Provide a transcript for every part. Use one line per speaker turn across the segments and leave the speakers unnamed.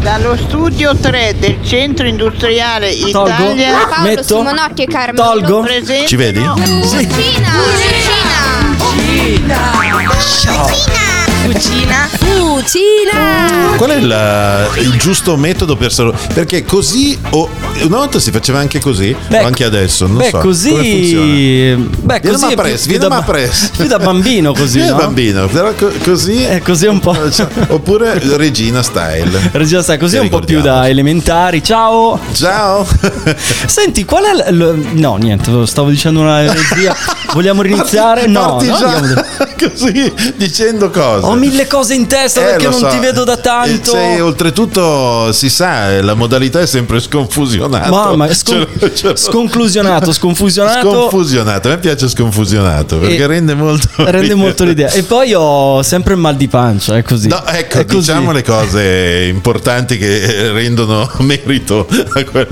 Dallo studio 3 del centro industriale
Tolgo,
Italia
Paolo
metto,
Simonotti e Carmelo.
tolgo.
presentano
Ci vedi?
Cucina! Cucina! Cucina! Cucina!
Qual è la- il giusto metodo per salutare? Perché così o una volta si faceva anche così, o anche adesso, non
beh,
so. Come funziona?
così. Beh,
Vieni
così.
ma
è più-
presto,
più da
vieni ma
ba-
presto.
Più da bambino così.
Eh,
no? Ecco.
bambino, però co- così
È così un po'.
Cioè, Oppure Regina Style.
Regina, sai, così è un po' più da elementari. Ciao.
Ciao!
Senti, qual è. l- l- no, niente, stavo dicendo una eresia. Vogliamo riniziare? No,
Parti
no,
già
andiamo-
così dicendo cose.
Ho mille cose in testa
Eh,
perché
lo
non
so.
ti vedo da tanto.
E se, oltretutto si sa, eh, la modalità è sempre sconfusionata.
Mamma, scon- sconfusionato, sconfusionato.
Sconfusionato, a me piace sconfusionato perché
E-
rende molto
Rende
ridere.
molto l'idea. E poi ho sempre il mal di pancia, è così.
No, ecco,
È così.
diciamo le cose importanti che eh, rendono merito a quello.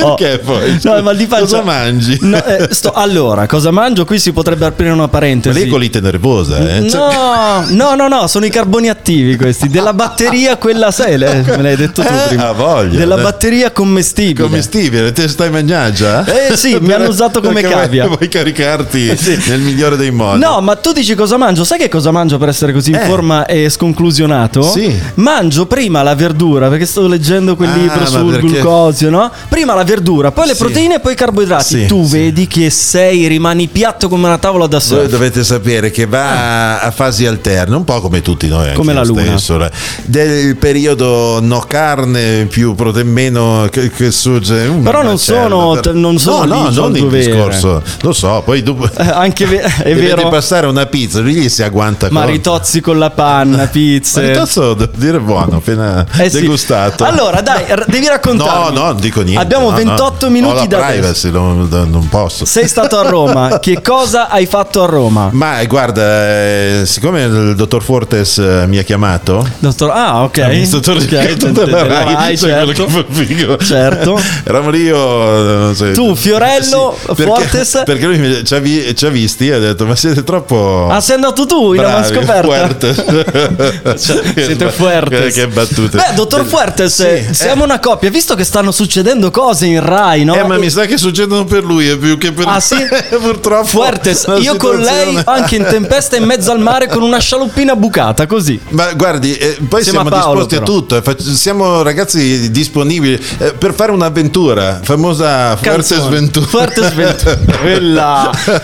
Oh.
Perché poi?
No, il mal di pancia.
Cosa mangi?
No, eh, sto- allora, cosa mangio? Qui si potrebbe aprire una parentesi.
Lei colite nervosa, eh? Cioè-
No, no, no, no, sono i carboni attivi questi. Della batteria, quella sai, le- me l'hai detto tu
Eh,
prima.
ha voglia.
Della
Eh.
batteria commestibile.
commestibile, te stai mangiando già?
Eh, sì, mi
Per-
hanno usato come
perché
cavia.
Vuoi, vuoi caricarti nel migliore dei modi.
No, ma tu dici cosa mangio? Sai che cosa mangio per essere così in
Eh.
forma e sconclusionato?
Sì.
Mangio prima la verdura, perché sto leggendo quel
Ah,
libro
ma
sul
perché-
glucosio, no? Prima la verdura, poi le
Sì.
proteine e poi i carboidrati.
Sì,
tu
sì.
vedi che sei, rimani piatto come una tavola da
Voi
surf.
dovete sapere che va a fasi alterne, un po' come tutti noi, anche
Eh. Come la
io
luna.
stesso, eh. del periodo no carne, più prote meno che, che surge. un
Però non
macello.
sono- t- non sono
no, no,
lì, sono
non il
due vere.
discorso. Lo so, poi dopo
Eh, Anche ve- è
Gli vedi
vero.
passare una pizza, lui gli si agguanta
Ma
con-
ritozzi con la panna, pizze.
Maritozzo, devo dire buono, appena
Eh sì.
degustato.
Allora, dai, r- devi
No,
raccontarmi.
no, non dico niente.
Abbiamo
no, no.
28
Ho
minuti
la
da adesso.
privacy, non, non posso.
Sei stato a Roma. che cosa hai fatto a Roma?
Ma eh, guarda, eh, siccome il dottor Fortes eh, mi ha chiamato,
Dottor, ah, ok.
amministratore
Ok,
di
te-
tutta
te-
la
te-
Rai,
Rai,
sai quello
certo.
che fa figo.
Certo.
Eravamo lì io, non so- eh,
Tu, Fiorello,
perché-
Fortes.
Perché lui mi- ci ha, vi- ci ha visti e ha detto, ma siete troppo...
Ah, sei andato tu in una
bravi,
scoperta. Cioè,
Fuertes."
Siete
Che-
fuertes.
Che battute.
Beh, dottor Fuertes, eh, siamo una coppia, visto che stanno succedendo cose in Rai, no?
Eh, ma mi sa che succedono per lui eh, più che per
Ah, sì?
me, purtroppo.
Fuertes,
la
io con lei
situazione-
anche in tempesta in mezzo al mare con una scialoppina bucata, così.
Ma guardi, eh, poi
Insieme
siamo
a Paolo,
disposti
però.
a tutto, eh, fac- siamo ragazzi disponibili eh, per fare un'avventura, famosa Fuertes
Canzone.
Ventura.
Fuertes Ventura. Quella.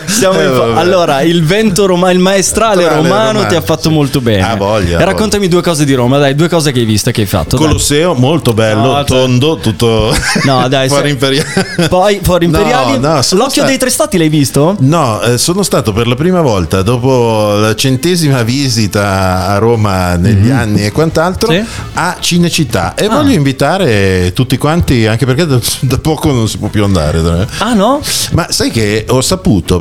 Siamo
Eh,
in fa-
vabbè.
allora, il vento roma- il maestrale
Maestrale
romano
romano,
ti ha fatto
sì.
molto bene.
Ha voglia, ha
E raccontami due cose di Roma, dai, due cose che hai visto, che hai fatto. dai.
Colosseo, molto bello,
No,
tondo, tutto
No, dai,
fuori
se-
imperiale.
Poi fuori imperiali.
No, no, sono
L'occhio
sta-
dei tre stati l'hai visto?
No, eh, sono stato per la prima volta dopo la centesima visita a Roma negli anni e quant'altro
Mhm. Sì. Ah.
a Cinecittà e voglio invitare tutti quanti, anche perché da, da poco non si può più andare.
Ah no?
Ma sai che ho saputo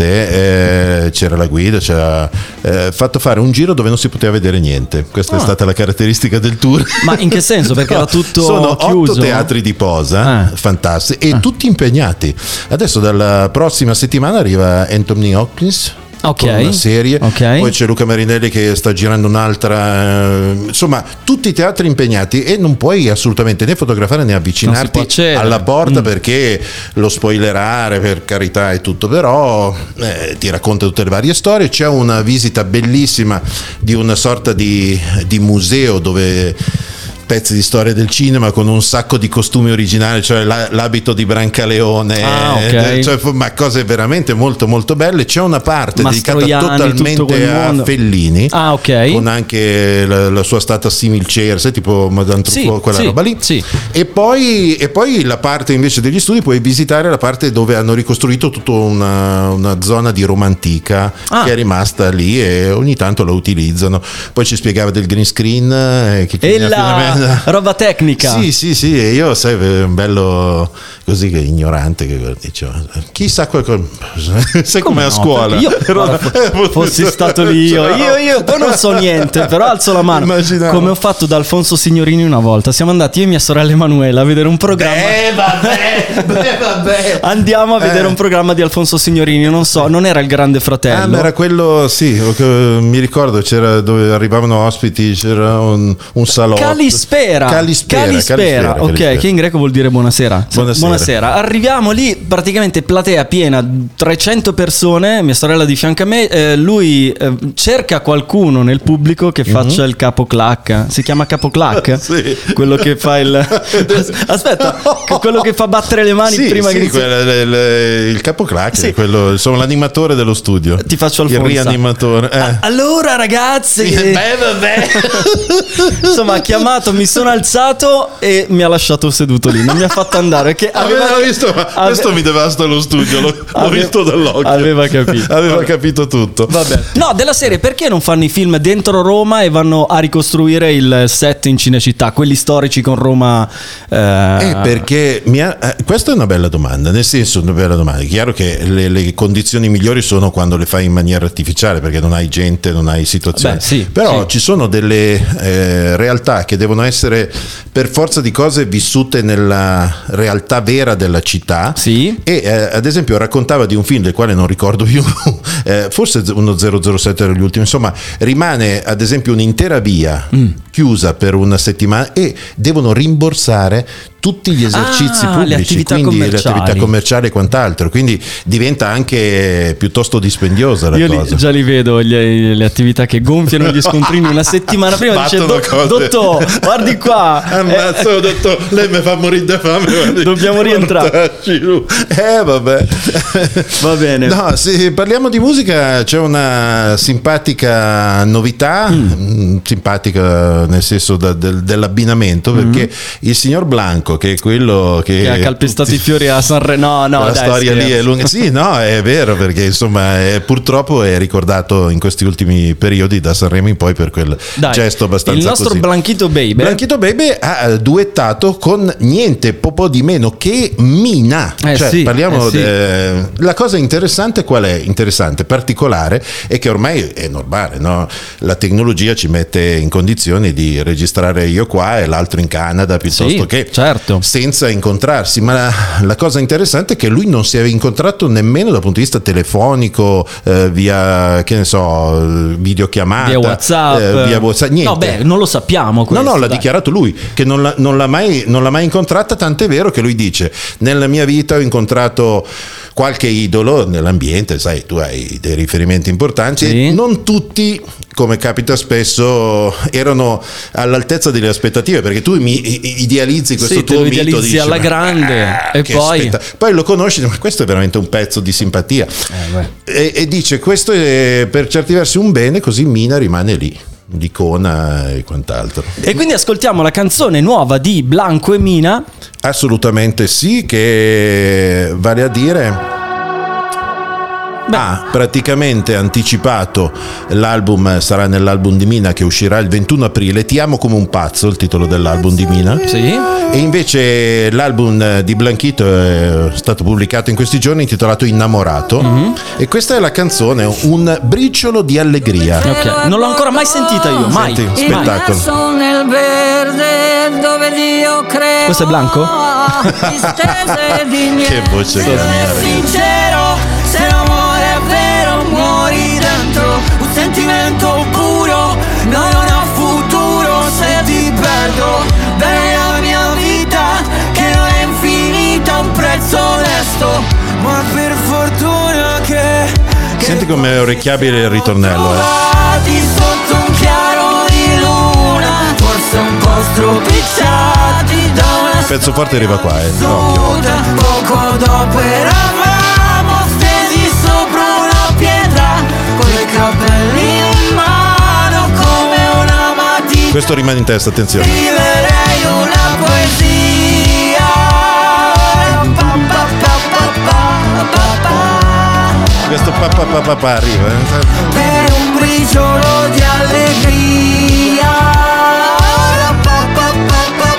praticamente, eh, c'era la guida, ci ha eh, fatto fare un giro dove non si poteva vedere niente. Questa
Ah.
è stata la caratteristica del tour.
Ma in che senso? Perché
No,
era tutto
Sono
chiuso.
otto teatri di posa,
Ah.
fantastici, e tutti impegnati. Adesso dalla prossima settimana arriva Anthony Hopkins.
Ok.
con Una serie,
Ok.
poi c'è Luca Marinelli che sta girando un'altra, eh, insomma, tutti i teatri impegnati e non puoi assolutamente né fotografare né
può
avvicinarti
accedere.
alla
Mm.
porta perché lo spoilerare per carità e tutto, però eh, ti racconta tutte le varie storie. C'è una visita bellissima di una sorta di, di museo dove pezzi di storia del cinema con un sacco di costumi originali, cioè la- l'abito di Brancaleone,
Ah, ok.
eh, cioè, fu- ma cose veramente molto molto belle. C'è una parte dedicata
Mastroianni, tutto
totalmente
quel
a
mondo.
Fellini,
Ah, ok.
con anche la, la sua stata similcer, sai, tipo Madame
Sì,
Truffaut, quella
sì,
roba lì.
sì.
E poi, e poi la parte invece degli studi puoi visitare la parte dove hanno ricostruito tutta una, una zona di Roma antica
Ah.
che è rimasta lì e ogni tanto la utilizzano. Poi ci spiegava del green screen. eh, Che
E
chi ne ha fino a
la
me-
roba tecnica.
Sì, sì, sì, e io sai, eh, un bello così che ignorante che dicevo, chissà qualcosa, sai come a
no?
scuola.
Perché Io
Ero-
guarda, fo- fossi stato lì io,
Ciao.
io, io, poi non so niente, però alzo la mano.
Immaginavo.
Come ho fatto da Alfonso Signorini una volta, siamo andati io e mia sorella Emanuela a vedere un programma.
Eh vabbè, beh, vabbè.
Andiamo a vedere
Eh.
un programma di Alfonso Signorini, non so, non era il Grande Fratello.
Ah, ma era quello, eh, sì, o che- mi ricordo c'era dove arrivavano ospiti, c'era un, un salotto.
Calis Calispera.
Calispera,
Calispera,
Calispera,
ok,
Calispera.
che in greco vuol dire buonasera.
Buonasera.
Arriviamo lì, praticamente platea piena, 300 persone, mia sorella di fianco a me, eh, lui eh, cerca qualcuno nel pubblico
Mhm.
che faccia il capoclac. Si chiama capoclac?
Sì.
Quello che fa il Aspetta, quello che fa battere le mani
Sì,
prima
sì,
che inizi-
quel- il, il capoclac,
Sì.
quello, insomma, l'animatore dello studio.
Ti faccio
il
Alfonso. Ah,
rianimatore. eh.
A- Allora ragazzi,
Beh, vabbè.
Insomma, ha chiamato, mi sono alzato e mi ha lasciato seduto lì. Non mi ha fatto andare. Perché ah, aveva,
Aveva visto, ma
ave-
questo mi devasta lo studio, l'ho, l'ho
Ave-
visto dall'occhio.
aveva capito.
Aveva capito tutto.
Vabbè. No, della serie, perché non fanno i film dentro Roma e vanno a ricostruire il set in Cinecittà? Quelli storici con Roma. eh,
Eh, perché mi ha- eh, questa è una bella domanda, nel senso una bella domanda. È chiaro che le, le condizioni migliori sono quando le fai in maniera artificiale, perché non hai gente, non hai situazioni.
Beh, sì,
Però
sì.
ci sono delle eh, realtà che devono essere per forza di cose vissute nella realtà vera della città.
Sì.
E eh, ad esempio raccontava di un film del quale non ricordo più, eh, forse z- uno 007 era l'ultimo, insomma rimane ad esempio un'intera via
Mm.
chiusa per una settimana e devono rimborsare tutti gli esercizi
Ah, le
pubblici,
attività
quindi le
commerciali.
attività commerciali e quant'altro, quindi diventa anche piuttosto dispendiosa la
Io li-
cosa.
già li vedo gli- le attività che gonfiano gli scontrini una settimana prima. Dice,
Battono
"Do-
cose."
dottor, guardi qua.
Ah, Ammazzo, dottor, lei mi fa morire da fame. guardi.
Eh. Dobbiamo rientrare.
Portaci giù. Eh, vabbè.
Va bene.
No, se parliamo di musica, c'è una simpatica novità, mm, simpatica nel senso da- del- dell'abbinamento, perché il signor Blanco, che è quello che...
Mm-hmm. Che ha calpestato i fiori a Sanremo. No, no,
Eh, la
dai, eh.
storia lì
scherzo.
è lunga. Sì, no, è vero, perché insomma, è- purtroppo è ricordato in questi ultimi periodi da Sanremo in poi per quel
Dai,
gesto abbastanza
Il nostro
così.
Blanchito Baby. eh?
Blanchito Bebe ha eh, duettato con niente poco di meno che Mina.
Eh
Cioè,
sì,
parliamo
eh sì.
de- La cosa interessante qual è? Interessante, particolare, è che ormai è normale, no? la tecnologia ci mette in condizione di registrare io qua e l'altro in Canada piuttosto
Sì,
che
certo.
senza incontrarsi, ma la, la cosa interessante è che lui non si è incontrato nemmeno dal punto di vista telefonico, eh, via, che ne so, eh, videochiamata,
Via WhatsApp.
eh, via WhatsApp, niente.
No, beh, non lo sappiamo. Questo,
no, no, l'ha
dai.
dichiarato lui, che non, l'ha- non l'ha mai, non l'ha mai incontrata, tant'è vero che lui dice, nella mia vita ho incontrato qualche idolo nell'ambiente, sai, tu hai dei riferimenti importanti,
Sì.
non tutti, come capita spesso, erano all'altezza delle aspettative, perché tu mi i- idealizzi questo
Sì, te
tuo
lo
mito,
idealizzi
dici,
alla
"Ma, ah,
grande", e
che
poi?
poi lo conosci, dici, ma questo è veramente un pezzo di simpatia.
Eh,
e, e dice, questo è per certi versi un bene, così Mina rimane lì, l'icona e quant'altro.
E quindi ascoltiamo la canzone nuova di Blanco e Mina.
Assolutamente sì, che vale a dire
Beh.
ha praticamente anticipato l'album, sarà nell'album di Mina che uscirà il 21 aprile, Ti amo come un pazzo, il titolo dell'album di Mina.
Sì.
E invece l'album eh, di Blanchito è stato pubblicato in questi giorni intitolato Innamorato
Mm-hmm.
e questa è la canzone Un briciolo di allegria.
Ok, non l'ho ancora mai sentita io, mai.
Senti,
Mai.
spettacolo.
Sono nel verde dove Dio crea.
Questo è Blanco?
Distese di
Che
niente.
voce che ha,
Essere sincero, se l'amore è vero, muori dentro. Un sentimento puro, noi non ho futuro se ti perdo. Dai la mia vita, che non è infinita, un prezzo onesto. Ma per fortuna che. che
Senti come è orecchiabile il ritornello, eh.
Trovati sotto un chiaro di luna, forse un po' stropicciati da una
Pezzo forte arriva qua, eh, ovvio.
Nuda, poco dopo eravamo stesi sopra una pietra Con i capelli in mano come una matita
Questo rimane in testa, attenzione.
Scriverei una poesia Pa, pa, pa, pa, pa, pa, pa.
Questo pa pa pa pa, pa arriva. eh.
Per un briciolo di allegria Pa, pa, pa, pa, pa,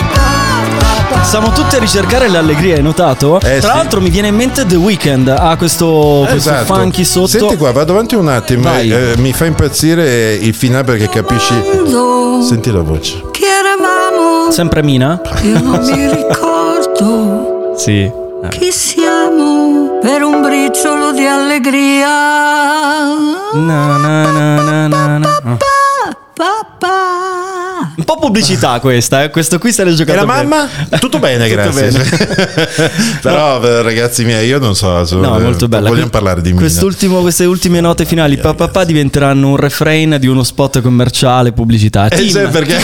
pa, pa.
Siamo tutti a ricercare l'allegria, hai notato?
Eh,
Tra
sì.
l'altro mi viene in mente The Weeknd, ha questo, questo
Esatto.
Eh, funky sotto.
Senti qua, vado avanti un attimo.
Vai.
eh, mi fa impazzire il finale perché capisci.
Quando
Senti la voce.
che eravamo
Sempre Mina?
Io non mi ricordo
Sì.
chi siamo per un briciolo di allegria.
Mm. Na, na, na, na, na, na.
Papà.
Un po' pubblicità questa, eh. questo qui se l'è
E
giocato
la
bene.
mamma? Tutto bene, grazie. Però, eh, ragazzi miei, io non so. su-
No,
eh,
molto bella.
Vogliamo parlare di Mina.
Quest'ultimo, queste ultime note finali, papà, papà, diventeranno un refrain di uno spot commerciale, pubblicità.
Eh,
Tim,
sì, perché...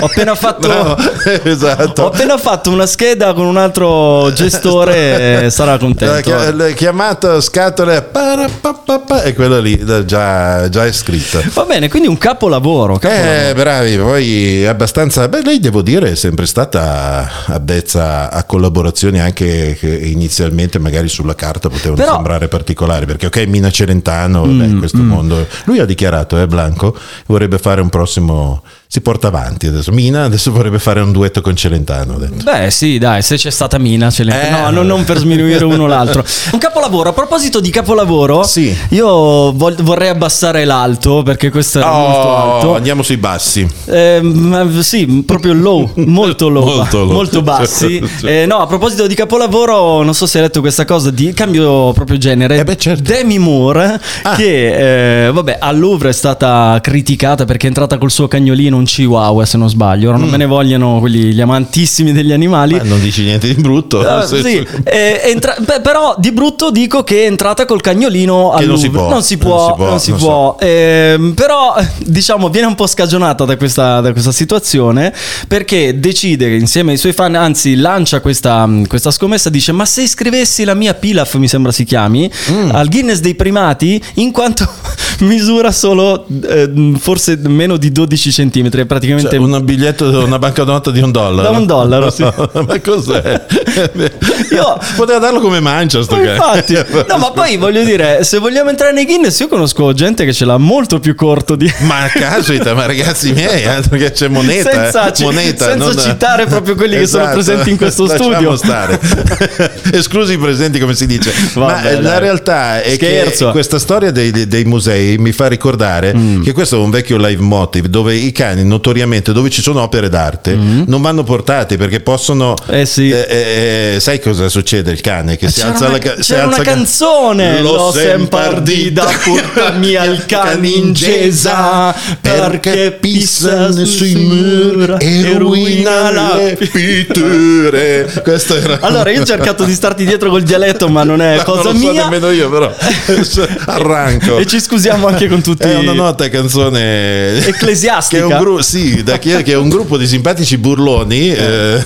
Ho appena fatto-
Bravo, esatto.
Ho appena fatto una scheda con un altro gestore, eh, sarà
La
contento.
chi- la chiamata scatole para, pa, pa, pa, e quello lì eh, già, già è scritto.
Va bene, quindi un capolavoro. capolavoro.
Eh, bravi, poi abbastanza. Beh, lei devo dire è sempre stata addezza a collaborazioni anche che inizialmente magari sulla carta potevano
Però- Mm,
sembrare particolari, perché ok, Mina Celentano, vabbè, questo mondo. Lui ha dichiarato, eh, Blanco, vorrebbe fare un prossimo. Si porta avanti adesso. Mina adesso vorrebbe fare un duetto con Celentano. ha detto.
Beh, sì, dai, se c'è stata Mina, ce l'è.
Eh,
no, non, non per sminuire uno o l'altro. Un capolavoro. A proposito di capolavoro,
Sì.
io vol- vorrei abbassare l'alto perché questo era molto
Oh,
alto.
andiamo sui bassi.
Eh, ma sì, proprio low, molto low,
Molto low.
molto bassi.
Certo.
Eh, no, a proposito di capolavoro, non so se hai letto questa cosa di cambio proprio genere.
Eh beh, certo.
Demi Moore,
Ah.
che eh, vabbè, al Louvre è stata criticata perché è entrata col suo cagnolino, un chihuahua se non sbaglio. Ora non me ne vogliono quelli, gli amantissimi degli animali.
Mm. Ma Eh, non dici niente di brutto. cioè,
Ah,
nel senso
sì,
che-
eh, entra- beh, però di brutto dico che è entrata col cagnolino al
non si
Louvre.
può,
non si può, non si può,
non so.
Ehm, però diciamo viene un po' scagionata da questa, da questa situazione perché decide insieme ai suoi fan, anzi lancia questa, mm, questa scommessa, dice ma se iscrivessi la mia Pilaf mi sembra si chiami
Mm.
al Guinness dei primati in quanto misura solo eh, forse meno di 12 centimetri, è praticamente
Cioè, un biglietto, una banconota di un
Da
dollaro.
un dollaro, sì.
ma cos'è?
Io-
Poteva darlo come mancia sto
Ma
cazzo.
Esatto, infatti, no, ma poi voglio dire, se vogliamo entrare nei Guinness, io conosco gente che ce l'ha molto più corto di
Ma caspita, ma ragazzi miei, altro che c'è moneta.
Senza
eh.
ci-
moneta Esatto.
senza citare proprio quelli che sono presenti in questo
lasciamo
studio.
stare. Esclusi i presenti, come si dice. ma
Vabbè,
eh, la
dai.
realtà è
Scherzo. Mm.
che questa storia dei, dei- dei musei mi fa ricordare che questo è un vecchio live motive dove i cani, notoriamente, dove ci sono opere d'arte, non vanno portati perché possono.
Mm. Eh sì.
eh, eh, sai cosa succede? Il cane che si
c'era
alza
una-
la ca- si
c'era una
alza-
canzone,
L'ho
l'ho
sempre
sempre ardita,
ardita.
portami al canincesa, perché pissa sui mura e ruina la
pitture. Questo era.
Allora, io ho cercato di starti dietro col dialetto, ma non è
No,
cosa
non lo so
mia.
nemmeno io, però. Arranco.
E ci scusiamo anche con tutti.
Eh, È una nota canzone
Ecclesiastica.
Che è un, gru- sì, da chi- che è un gruppo di simpatici burloni eh,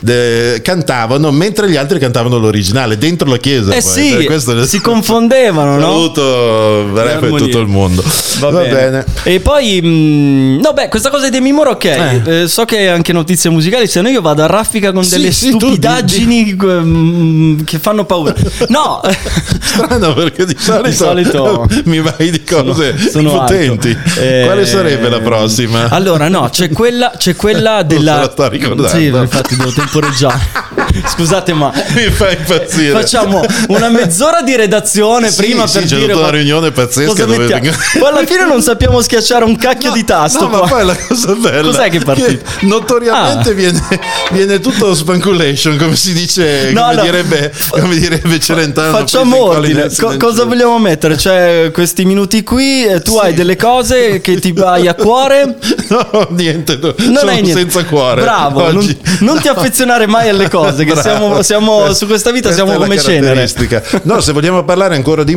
de- cantavano mentre gli altri cantavano l'originale dentro la chiesa.
Eh
poi.
sì,
Per questo-
si confondevano, no?
Saluto rap e
armonie.
tutto il mondo.
Va, bene. E poi, mh, no, beh, questa cosa dei Demi Moore, ok. eh, so che è anche notizie musicali, se no io vado a raffica con
Sì,
delle
sì, tu di-
stupidaggini que- mh, che fanno paura. No,
Strano perché di solito,
solito-
mi vai di cose
sono alto.
potenti.
Eh,
Quale sarebbe la prossima?
Allora, no, c'è quella, c'è quella della.
se la sta ricordando.
Sì, infatti devo temporeggiare. Scusate, ma.
mi fa impazzire.
Facciamo una mezz'ora di redazione
Sì,
prima
sì,
per
c'è
dire
tutta una
ma-
riunione pazzesca
cosa
dove-
mettiamo? Poi alla fine non sappiamo schiacciare un cacchio di tasto
No, ma
qua.
poi la cosa bella
Cos'è che è partito?
notoriamente
Ah.
viene, viene tutto spanculation, come si dice,
No,
come,
no.
direbbe, come direbbe Celentano.
Facciamo
presi in
ordine,
colli
Co-
nel
cosa
silenzio.
vogliamo mettere? Cioè, questi minuti qui, eh, tu hai delle cose che ti vai a cuore.
No, niente, no,
Non
sono
hai niente.
senza cuore.
Bravo, non,
oggi.
non ti affezionare mai alle cose, che siamo,
Bravo.
siamo- su questa vita
Questa
siamo
è la
come cenere.
caratteristica. No, se vogliamo parlare ancora di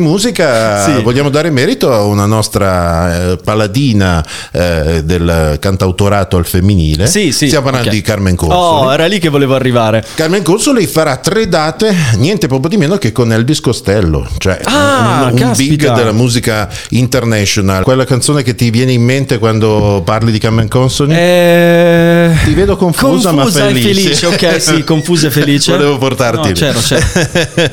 musica,
Sì.
vogliamo dare merito a una nostra eh, paladina eh, del cantautorato al femminile.
Sì, sì.
Stiamo parlando
Ok.
di Carmen Consoli.
Oh, era lì che volevo arrivare.
Carmen Consoli farà tre date, niente proprio di meno che con Elvis Costello, cioè
Ah,
un, un
caspita.
big della musica international. Quella canzone che ti viene in mente quando parli di Carmen
Mm.
Consoli?
Eh,
Ti vedo confusa, ma
confusa
felice.
e felice. Ok, sì, confusa e felice.
Volevo portarti
No, certo.
lì.
c'ero, c'ero.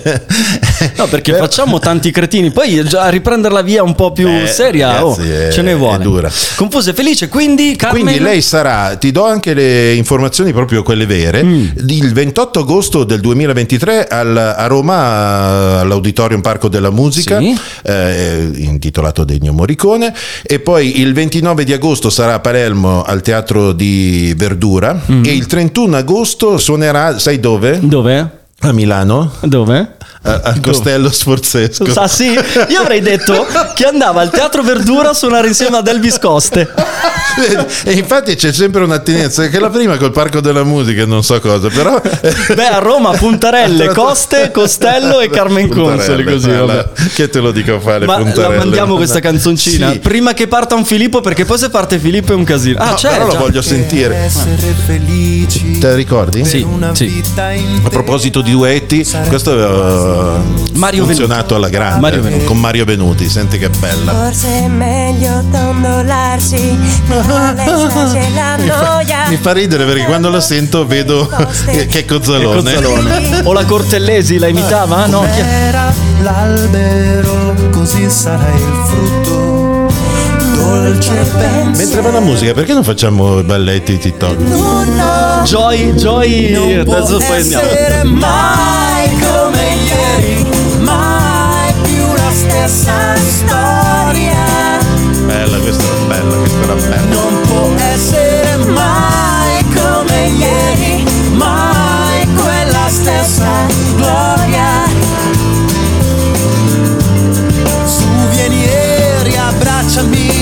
No, perché facciamo tanti cretini, poi già a riprenderla via un po' più
Eh,
seria,
ragazzi,
oh,
è-
ce ne vuole.
è dura.
Confusa e felice, quindi Carmen
Quindi lei sarà, ti do anche le informazioni proprio quelle vere,
Mm.
il 28 agosto del 2023 al- a Roma all'Auditorium Parco della Musica,
Sì.
eh, intitolato Degno Morricone, e poi il 29 di agosto sarà a Palermo al Teatro di Verdura
Mm.
e il 31 agosto suonerà, sai dove?
Dove?
A Milano,
Dove?
a- al Costello Sforzesco.
Ah sì, io avrei detto che andava al Teatro Verdura a suonare insieme ad Elvis Coste.
e infatti c'è sempre un'attinenza, che la prima col Parco della Musica, non so cosa, però...
Beh, a Roma Puntarelle, Coste, Costello e Carmen Consoli
Puntarelle,
così.
ma la-
Vabbè.
Che te lo dico a fare,
Ma la
puntarelle.
mandiamo questa canzoncina
Sì.
prima che parta un Filippo perché poi se parte Filippo è un casino. Ah,
No,
c'è.
però lo
già.
voglio sentire.
Essere felici
Te la ricordi?
Sì, sì.
vita in
A proposito di duetti, questo ha
Mario
funzionato alla grande
Mario Venuti.
con Mario Venuti, senti che bella.
Forse è meglio dondolarsi, però lei sta gelando
Mi fa ridere perché quando la sento vedo che cozzalone.
Cozzalone. O la Cortellesi la imitava? No, chi è?
era l'albero, così sarà il frutto. Dolce ben
Mentre va la musica, perché non facciamo i balletti TikTok?
Joy, Joy. Adesso poi andiamo.
essere mai come ieri, mai più la stessa storia.
Bella, questa era bella, questa era bella.
Non può essere mai come ieri, mai quella stessa gloria. Su vieni e riabbracciami.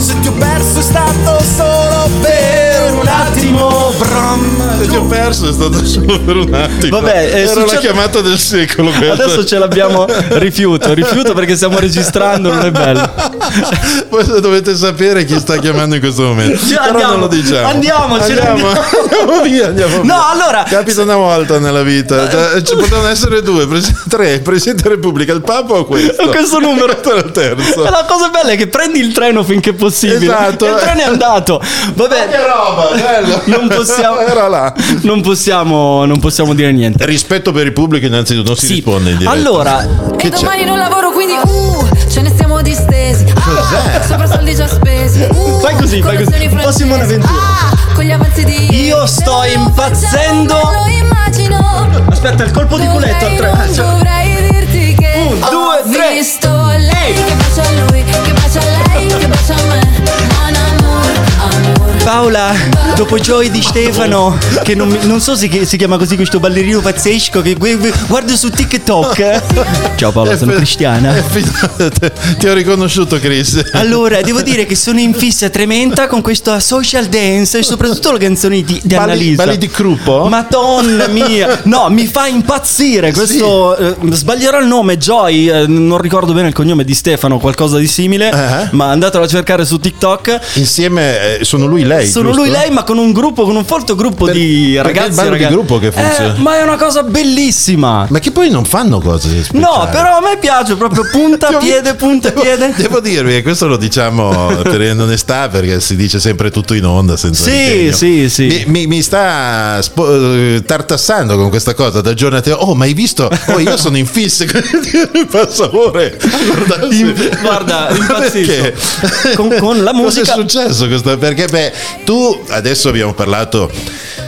Se ti ho perso è stato solo per un attimo. Bram.
Se ti ho perso è stato solo per un attimo.
Vabbè, eh,
era la
succede-
chiamata del secolo. questa.
Adesso ce l'abbiamo rifiuto, rifiuto perché stiamo registrando, non è bello.
Voi dovete sapere chi sta chiamando in questo momento.
Sì,
Però
andiamo,
non lo diciamo.
andiamo, ce ne
andiamo, andiamo via. Andiamo via.
No, allora-
Capita una volta nella vita. Cioè, Ci potevano essere due, pres- tre. Presidente della Repubblica, il Papa o questo?
Ho questo numero.
Questo era il terzo.
E la cosa bella è che prendi il treno finché possibile.
Esatto.
E il treno è andato. Vabbè,
Che roba, bello.
non possiamo,
Era là.
Non possiamo, non possiamo dire niente.
Rispetto per il pubblico, innanzitutto, non si
Sì.
risponde in diretta.
Allora,
Che
E
c'è?
domani non lavoro quindi uh, ce ne stiamo distesi. Ah, sopra soldi già spesi. Uh,
Fai così, fai così.
colazioni
Un po' Simone
francesi.
Ventura.
Ah, con gli avanzi di ieri.
Io
Se
sto
non lo
impazzendo.
facciamo, non Lo immagino.
aspetta, il colpo di culetto eh, cioè. al
Dovrei,
treno.
non dovrei dirti che
Un,
ho
due, tre.
visto lei che bacia a lui, che bacia a lei, che bacia a me. Mon amour, amour.
Paola, dopo Joy di Stefano, che non, mi- non so se che- si chiama così questo ballerino pazzesco che gue- gue- guardo su TikTok. eh. Ciao Paola, sono
Eh, eh,
cristiana.
fidate, Ti ho riconosciuto, Chris.
Allora, devo dire che sono in fissa tremenda con questa social dance e soprattutto le canzoni di, di
Balli-
Annalisa.
balli di gruppo?
Madonna mia! No, mi fa impazzire questo... eh, sbaglierò il nome, Joy, eh, non ricordo bene il cognome di Stefano, qualcosa di simile,
Eh.
ma andatelo a cercare su TikTok.
Insieme eh, sono lui lei.
Sono
giusto?
lui lei, ma con un gruppo, con un folto gruppo
Per-
di
perché
ragazzi.
il ballo
e
di
ragazze.
gruppo che funziona.
Eh, ma è una cosa bellissima.
Ma che cioè. poi non fanno cose.
No,
speciali.
però a me piace proprio punta,
Devo-
piede, punta,
devo-
piede.
Devo dirvi che questo lo diciamo tenendo onestà perché si dice sempre tutto in onda senza
Sì,
impegno.
sì, sì.
Mi, mi- mi sta spo- eh, tartassando con questa cosa da giorno a te. Oh, ma hai visto? Oh, io sono in fissa, passo ore. Guarda,
In- guarda, impazzisco. Con- con la musica-
Cosa è successo? questa- Perché beh, tu adesso abbiamo parlato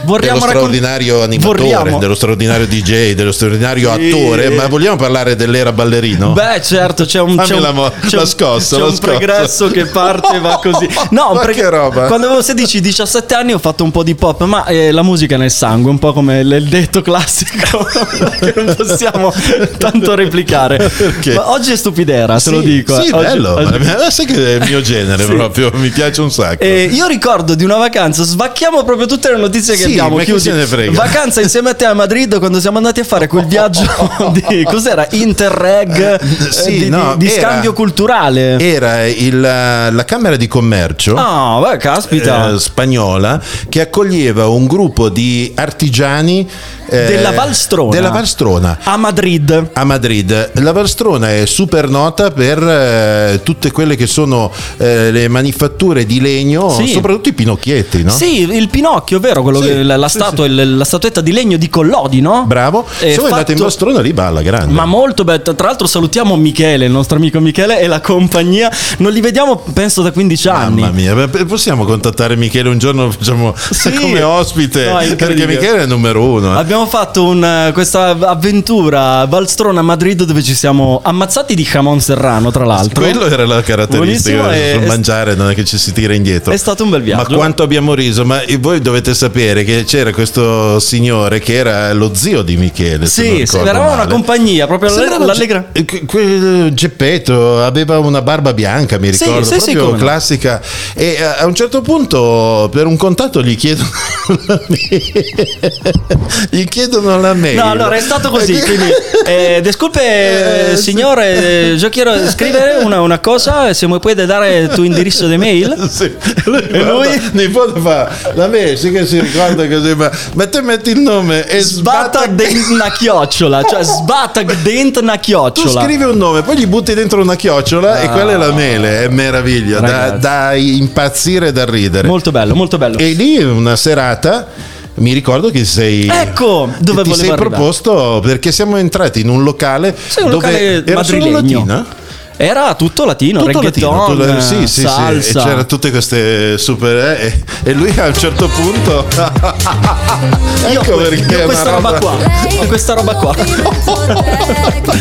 Vorremmo
dello
raccon-
straordinario animatore,
Vorremmo.
dello straordinario DJ, dello straordinario
Sì.
attore, ma vogliamo parlare dell'era ballerino?
Beh, certo, c'è un,
Fammi
c'è un,
la mo-
c'è
la
un-
scossa,
c'è
la
un
scossa.
pregresso che parte e va così. No,
Ma
perché
che roba.
quando avevo 16-17 anni ho fatto un po' di pop, ma eh, la musica è nel sangue, un po' come il il detto classico che non possiamo tanto replicare.
Perché?
Ma oggi è stupidera, te lo
Sì,
dico.
Sì,
eh. Oggi-
bello.
oggi-
ma- Sai che è il mio genere
Sì.
proprio, mi piace un sacco.
Eh, io ricordo di una vacanza, sbacchiamo proprio tutte le notizie che
Sì,
abbiamo.
ma chi
chiudi.
se ne frega?
Vacanza insieme a te a Madrid quando siamo andati a fare quel viaggio di cos'era? Interreg eh,
sì,
di,
no,
di- di
era- Eh.
scambio culturale.
Era il- la Camera di Commercio.
Ah, beh, caspita.
eh, spagnola che accoglieva un gruppo di artigiani eh,
Della Valstrona.
della Valstrona.
a Madrid.
a Madrid. La Valstrona è super nota per eh, tutte quelle che sono eh, le manifatture di legno,
Sì.
soprattutto i pinocchietti, no?
Sì, il Pinocchio, vero? Quello
Sì,
che- la, la
sì,
statua- il- la statuetta di legno di Collodi, no?
Bravo.
Eh,
Se voi andate in
fatto-
Valstrona lì balla grande.
Ma molto bello, tra l'altro salutiamo Michele, il nostro amico Michele e la compagnia, non li vediamo penso da 15 anni.
Mamma mia, beh, possiamo contattare Michele un giorno facciamo
Sì.
come ospite?
No, è
perché
incredibile.
Michele è il numero uno. eh.
Abbiamo fatto un, eh, questa avventura a Valstrona a Madrid dove ci siamo ammazzati di jamon serrano, tra l'altro.
Quello era la caratteristica
Buonissimo,
per
e-
mangiare, non è che ci si tira indietro.
È stato un bel viaggio.
Ma quanto abbiamo riso, ma voi dovete sapere che che c'era questo signore che era lo zio di Michele. se
Sì,
non ricordo
sembrava una
male.
compagnia, proprio alle-
Sembrava
l'allegra-
Ge- Eh, que- quel Geppetto aveva una barba bianca, mi
Sì,
ricordo,
sì, sì,
proprio
come no.
classica. E eh, a un certo punto, per un contatto, gli chiedono la mail. gli chiedono la mail.
No, allora è stato così. Quindi, eh, disculpe, eh, signore, eh, io chiedo scrivere una, una cosa. Se mi puoi dare il tuo indirizzo di mail?
Sì. Lui
E
guarda,
lui?
nipote fa la mail, sì che si ricorda così, ma, ma te metti il nome e
Sbatta
sbatta
dentro una chiocciola, cioè sbatta dentro una
Tu
chiocciola.
scrivi un nome, poi gli butti dentro una chiocciola e quella è la mele, è meraviglia, da,
Ah. Ragazzi.
da impazzire e da ridere.
Molto bello, molto bello.
E lì una serata mi ricordo che sei
Ecco, dove
ti
volevo
sei
arrivare.
proposto perché siamo entrati in un locale
Sei un
dove
locale
era solo
madrilegno.
latina?
Era tutto latino,
Tutto
reggaeton,
latino, tutto- sì, sì,
salsa.
sì, e c'era tutte queste super eh, e, e lui a un certo punto
Io,
ecco
ho que-
perché
io
è
ho questa
una
roba, qua. Ho questa roba qua.
ecco.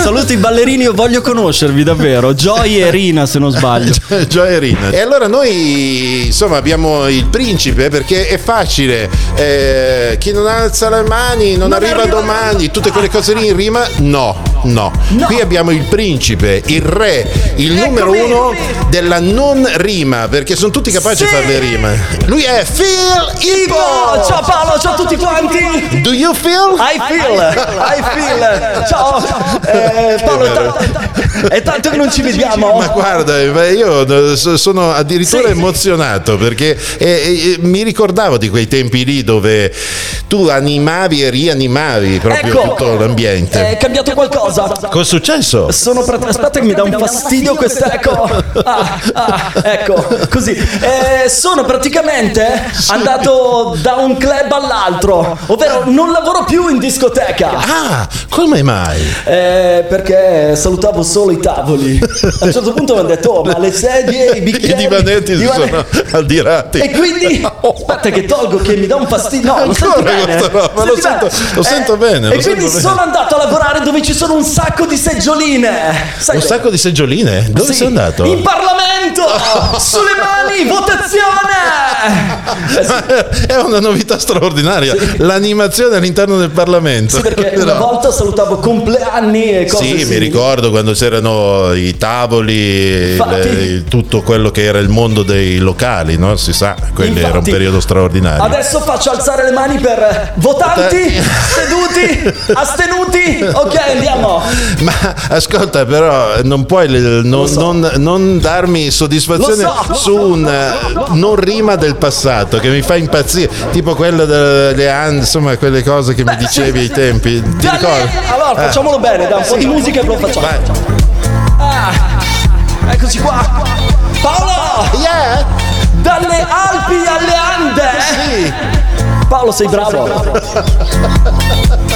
Saluto i ballerini, io voglio conoscervi davvero. Joy e Rina, se non sbaglio.
Gioierina. E allora noi insomma abbiamo il principe perché è facile, eh, chi non alza le mani non, arriva, domani, tutte quelle cose lì in rima, no, no, Ecco, Qui abbiamo il principe, il re, il numero uno della non rima perché sono tutti capaci di fare le rime. Lui è Phil
Oh,
Ivo.
ciao Paolo, ciao a tutti quanti.
Do you feel?
I feel, I feel. Ciao, eh, Paolo, ta- è tanto che non ci vediamo.
Ma guarda, eh, io eh, so- sono addirittura
Sì.
emozionato perché eh, eh, mi ricordavo di quei tempi lì dove tu animavi e rianimavi proprio
Ecco. Eh,
tutto l'ambiente.
È cambiato qualcosa.
Cos'è successo?
Sono pra- aspetta che mi dà un fastidio questo ecco. Ah, ah, ecco, così. Eh, sono praticamente andato da un club all'altro, ovvero non lavoro più in discoteca.
Ah, come mai?
Eh, perché salutavo solo i tavoli. A un certo punto mi hanno detto, "Oh, ma le sedie, i
I
bicchieri,
divanetti si
divane-
sono adirati.
E quindi aspetta che tolgo che mi dà un fastidio. No, lo sento
Ancora
bene.
questa roba,
Senti eh,
lo sento- lo sento bene,
E
lo
quindi
sento bene.
sono andato a lavorare dove ci sono un sacco di seggioline. Sai
Un
bene?
sacco di seggioline? Dove
Sì.
sei andato?
In Parlamento! Sulle mani, votazione! Eh, sì,
È una novità straordinaria. L'animazione all'interno del Parlamento.
perché una
Però-
volta salutavo compleanni e cose
Sì, mi
simili.
ricordo quando c'erano i tavoli,
Infatti.
le- tutto quello che era il mondo dei locali, no? si sa, quello era un
Infatti.
periodo straordinario.
Adesso faccio alzare le mani per eh, votanti, seduti, astenuti. Ok, andiamo.
Ma ascolta, però non puoi le- non, non- non darmi soddisfazione
Lo so.
su un eh, non rima del passato che mi fa impazzire, tipo quella delle Ande, insomma, quelle cose che mi dicevi ai tempi. Ti ricordi?
Allora, facciamolo bene, dai, un po' di musica e lo facciamo.
Vai.
Eccoci qua. Paolo!
Yeah.
Dalle Alpi alle Ande!
Sì.
Paolo, sei bravo.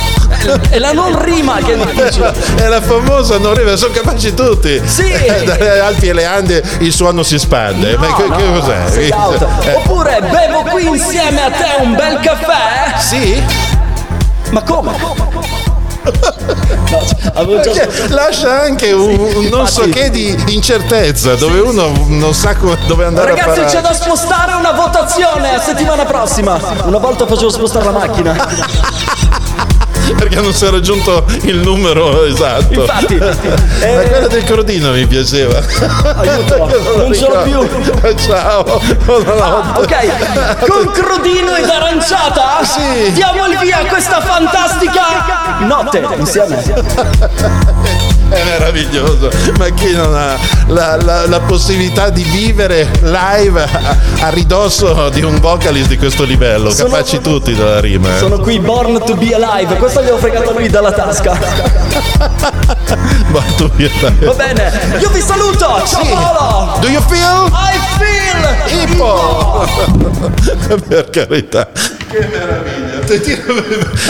È la non rima che è difficile.
È la famosa non rima, sono capaci tutti.
Sì.
Eh, Dalle Alpi e le Ande il suono si espande. Ma che, che cos'è?
Sei out.
Eh,
Oppure bevo qui insieme a te un bel caffè?
Sì?
Ma come? No, cioè, avevo già-
Cioè, lascia anche un, un non so
infatti.
che di incertezza, dove uno non sa co- dove andare a
Ragazzi,
parare.
c'è da spostare una votazione a settimana prossima. Una volta facevo spostare la macchina.
Perché non si è raggiunto il numero esatto.
Infatti, eh,
Ma quella del Crodino mi piaceva. Ecco,
aiuto, non ce l'ho più.
Ciao, buonanotte.
Ok, con Crodino ed Aranciata
Sì.
diamo il via a questa fantastica notte insieme.
È meraviglioso, ma chi non ha la, la- la possibilità di vivere live a, a ridosso di un vocalist di questo livello?
Sono-
Capaci tutti della rima. eh.
Sono qui Born to be Alive, questo gli ho fregato lui dalla tasca.
Ma tu mi-
Va bene, io vi saluto, ciao Paolo!
Do you feel?
I feel
Hippo! per carità. Che meraviglia. niente, tira-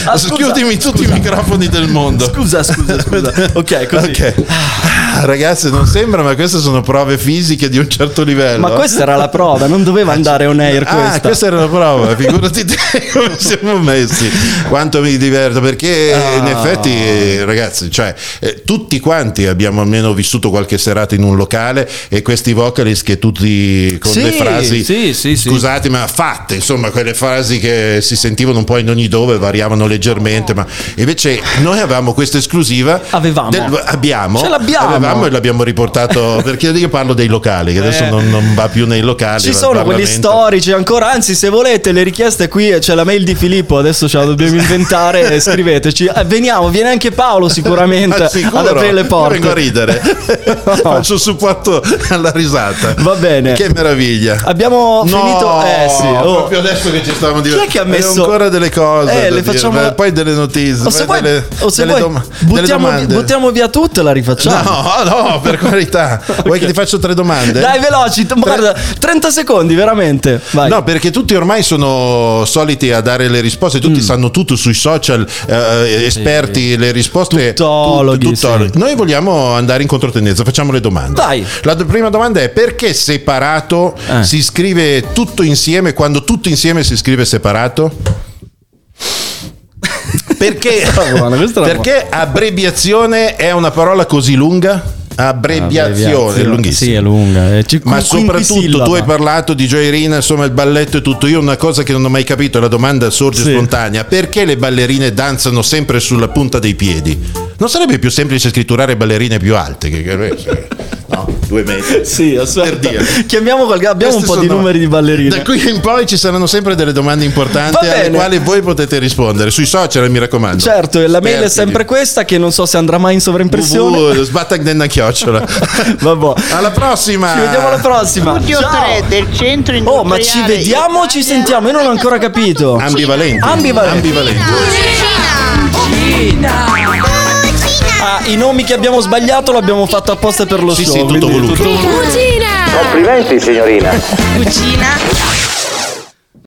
Ah, scusa,
chiudimi tutti i microfoni del mondo.
Scusa, scusa, scusa. Ok, così.
Ok. Ah, Ragazzi, non sembra, ma queste sono prove fisiche di un certo livello.
Ma questa era la prova, non doveva andare on air questa.
Ah, questa era la prova, figurati te come siamo messi, quanto mi diverto, perché in
Ah.
effetti eh, ragazzi, cioè, eh, tutti quanti abbiamo almeno vissuto qualche serata in un locale e questi vocalist che tutti con
Sì,
le frasi,
sì, sì, sì.
scusate ma fatte, insomma quelle frasi che si sentivano un po' in ogni dove, variavano leggermente, ma invece noi avevamo questa esclusiva,
Avevamo.
abbiamo,
Ce l'abbiamo.
avevamo e l'abbiamo riportato, perché io parlo dei locali, che adesso non, non va più nei locali.
Eh. Ci
va al
sono quelli
Parlamento.
storici ancora, anzi se volete le richieste qui eh, c'è la mail di Filippo, adesso ce la dobbiamo
Eh,
inventare e scriveteci. Eh, Veniamo, viene anche Paolo sicuramente
Ah, sicuro?
ad aprire le
Io Vengo a
porte.
ridere, faccio supporto alla risata.
Va bene.
Che meraviglia.
Abbiamo
No,
finito... Eh sì, oh.
proprio adesso che ci stavamo
Chi è
divertendo.
che ha messo-
ancora delle cose.
Eh,
da
le
dire,
facciamo-
beh, Poi delle notizie.
O se vuoi,
poi delle,
o se
delle
vuoi,
dom- delle
buttiamo,
domande.
buttiamo via tutto e la rifacciamo.
No, no, per carità. Vuoi che ti faccio tre domande?
Dai, veloci, t- guarda, 30 secondi, veramente. Vai.
No, perché tutti ormai sono soliti a dare le risposte,
Mm.
tutti sanno tutto sui social, eh, esperti, le risposte.
Tuttologhi,
tut- tuttologhi. Noi vogliamo andare in controtendenza, facciamo le domande.
Dai.
La do- prima domanda è perché separato
Eh.
si scrive tutto insieme quando tutto insieme si scrive separato? Perché,
Questa era buona, questa era
perché abbreviazione è una parola così lunga? Abbreviazione, è lunghissima.
Sì, è lunga. eh, ci-
Ma
quin-
soprattutto tu hai
quinquisillaba.
parlato di Gioirina, insomma il balletto e tutto. Io una cosa che non ho mai capito, la domanda sorge
Sì.
spontanea, perché le ballerine danzano sempre sulla punta dei piedi? Non sarebbe più semplice scritturare ballerine più alte? Che, che- no, due metri.
Sì, aspetta.
Per dire.
Chiamiamo qualche- abbiamo
Questi
un po' di
sono-
numeri di ballerine.
Da qui in poi ci saranno sempre delle domande
Va
importanti alle
bene.
quali voi potete rispondere. Sui social, mi raccomando.
Certo, e la mail è
Esperti
sempre questa che non so se andrà mai in
di
sovraimpressione.
www, sbattagnenna chiocciola.
Vabbè.
Alla prossima.
Ci vediamo alla prossima.
Studio
Ciao.
3 del centro industriale.
Oh, ma ci vediamo o ci
Italia.
sentiamo? Io non ho ancora capito.
Ambivalenti.
Ambivalenti.
Ambivalenti.
Ah, I nomi che abbiamo sbagliato l'abbiamo fatto apposta per lo
Sì,
show.
sì, tutto
quindi
voluto.
tutto-
Cucina.
Complimenti signorina.
Cucina.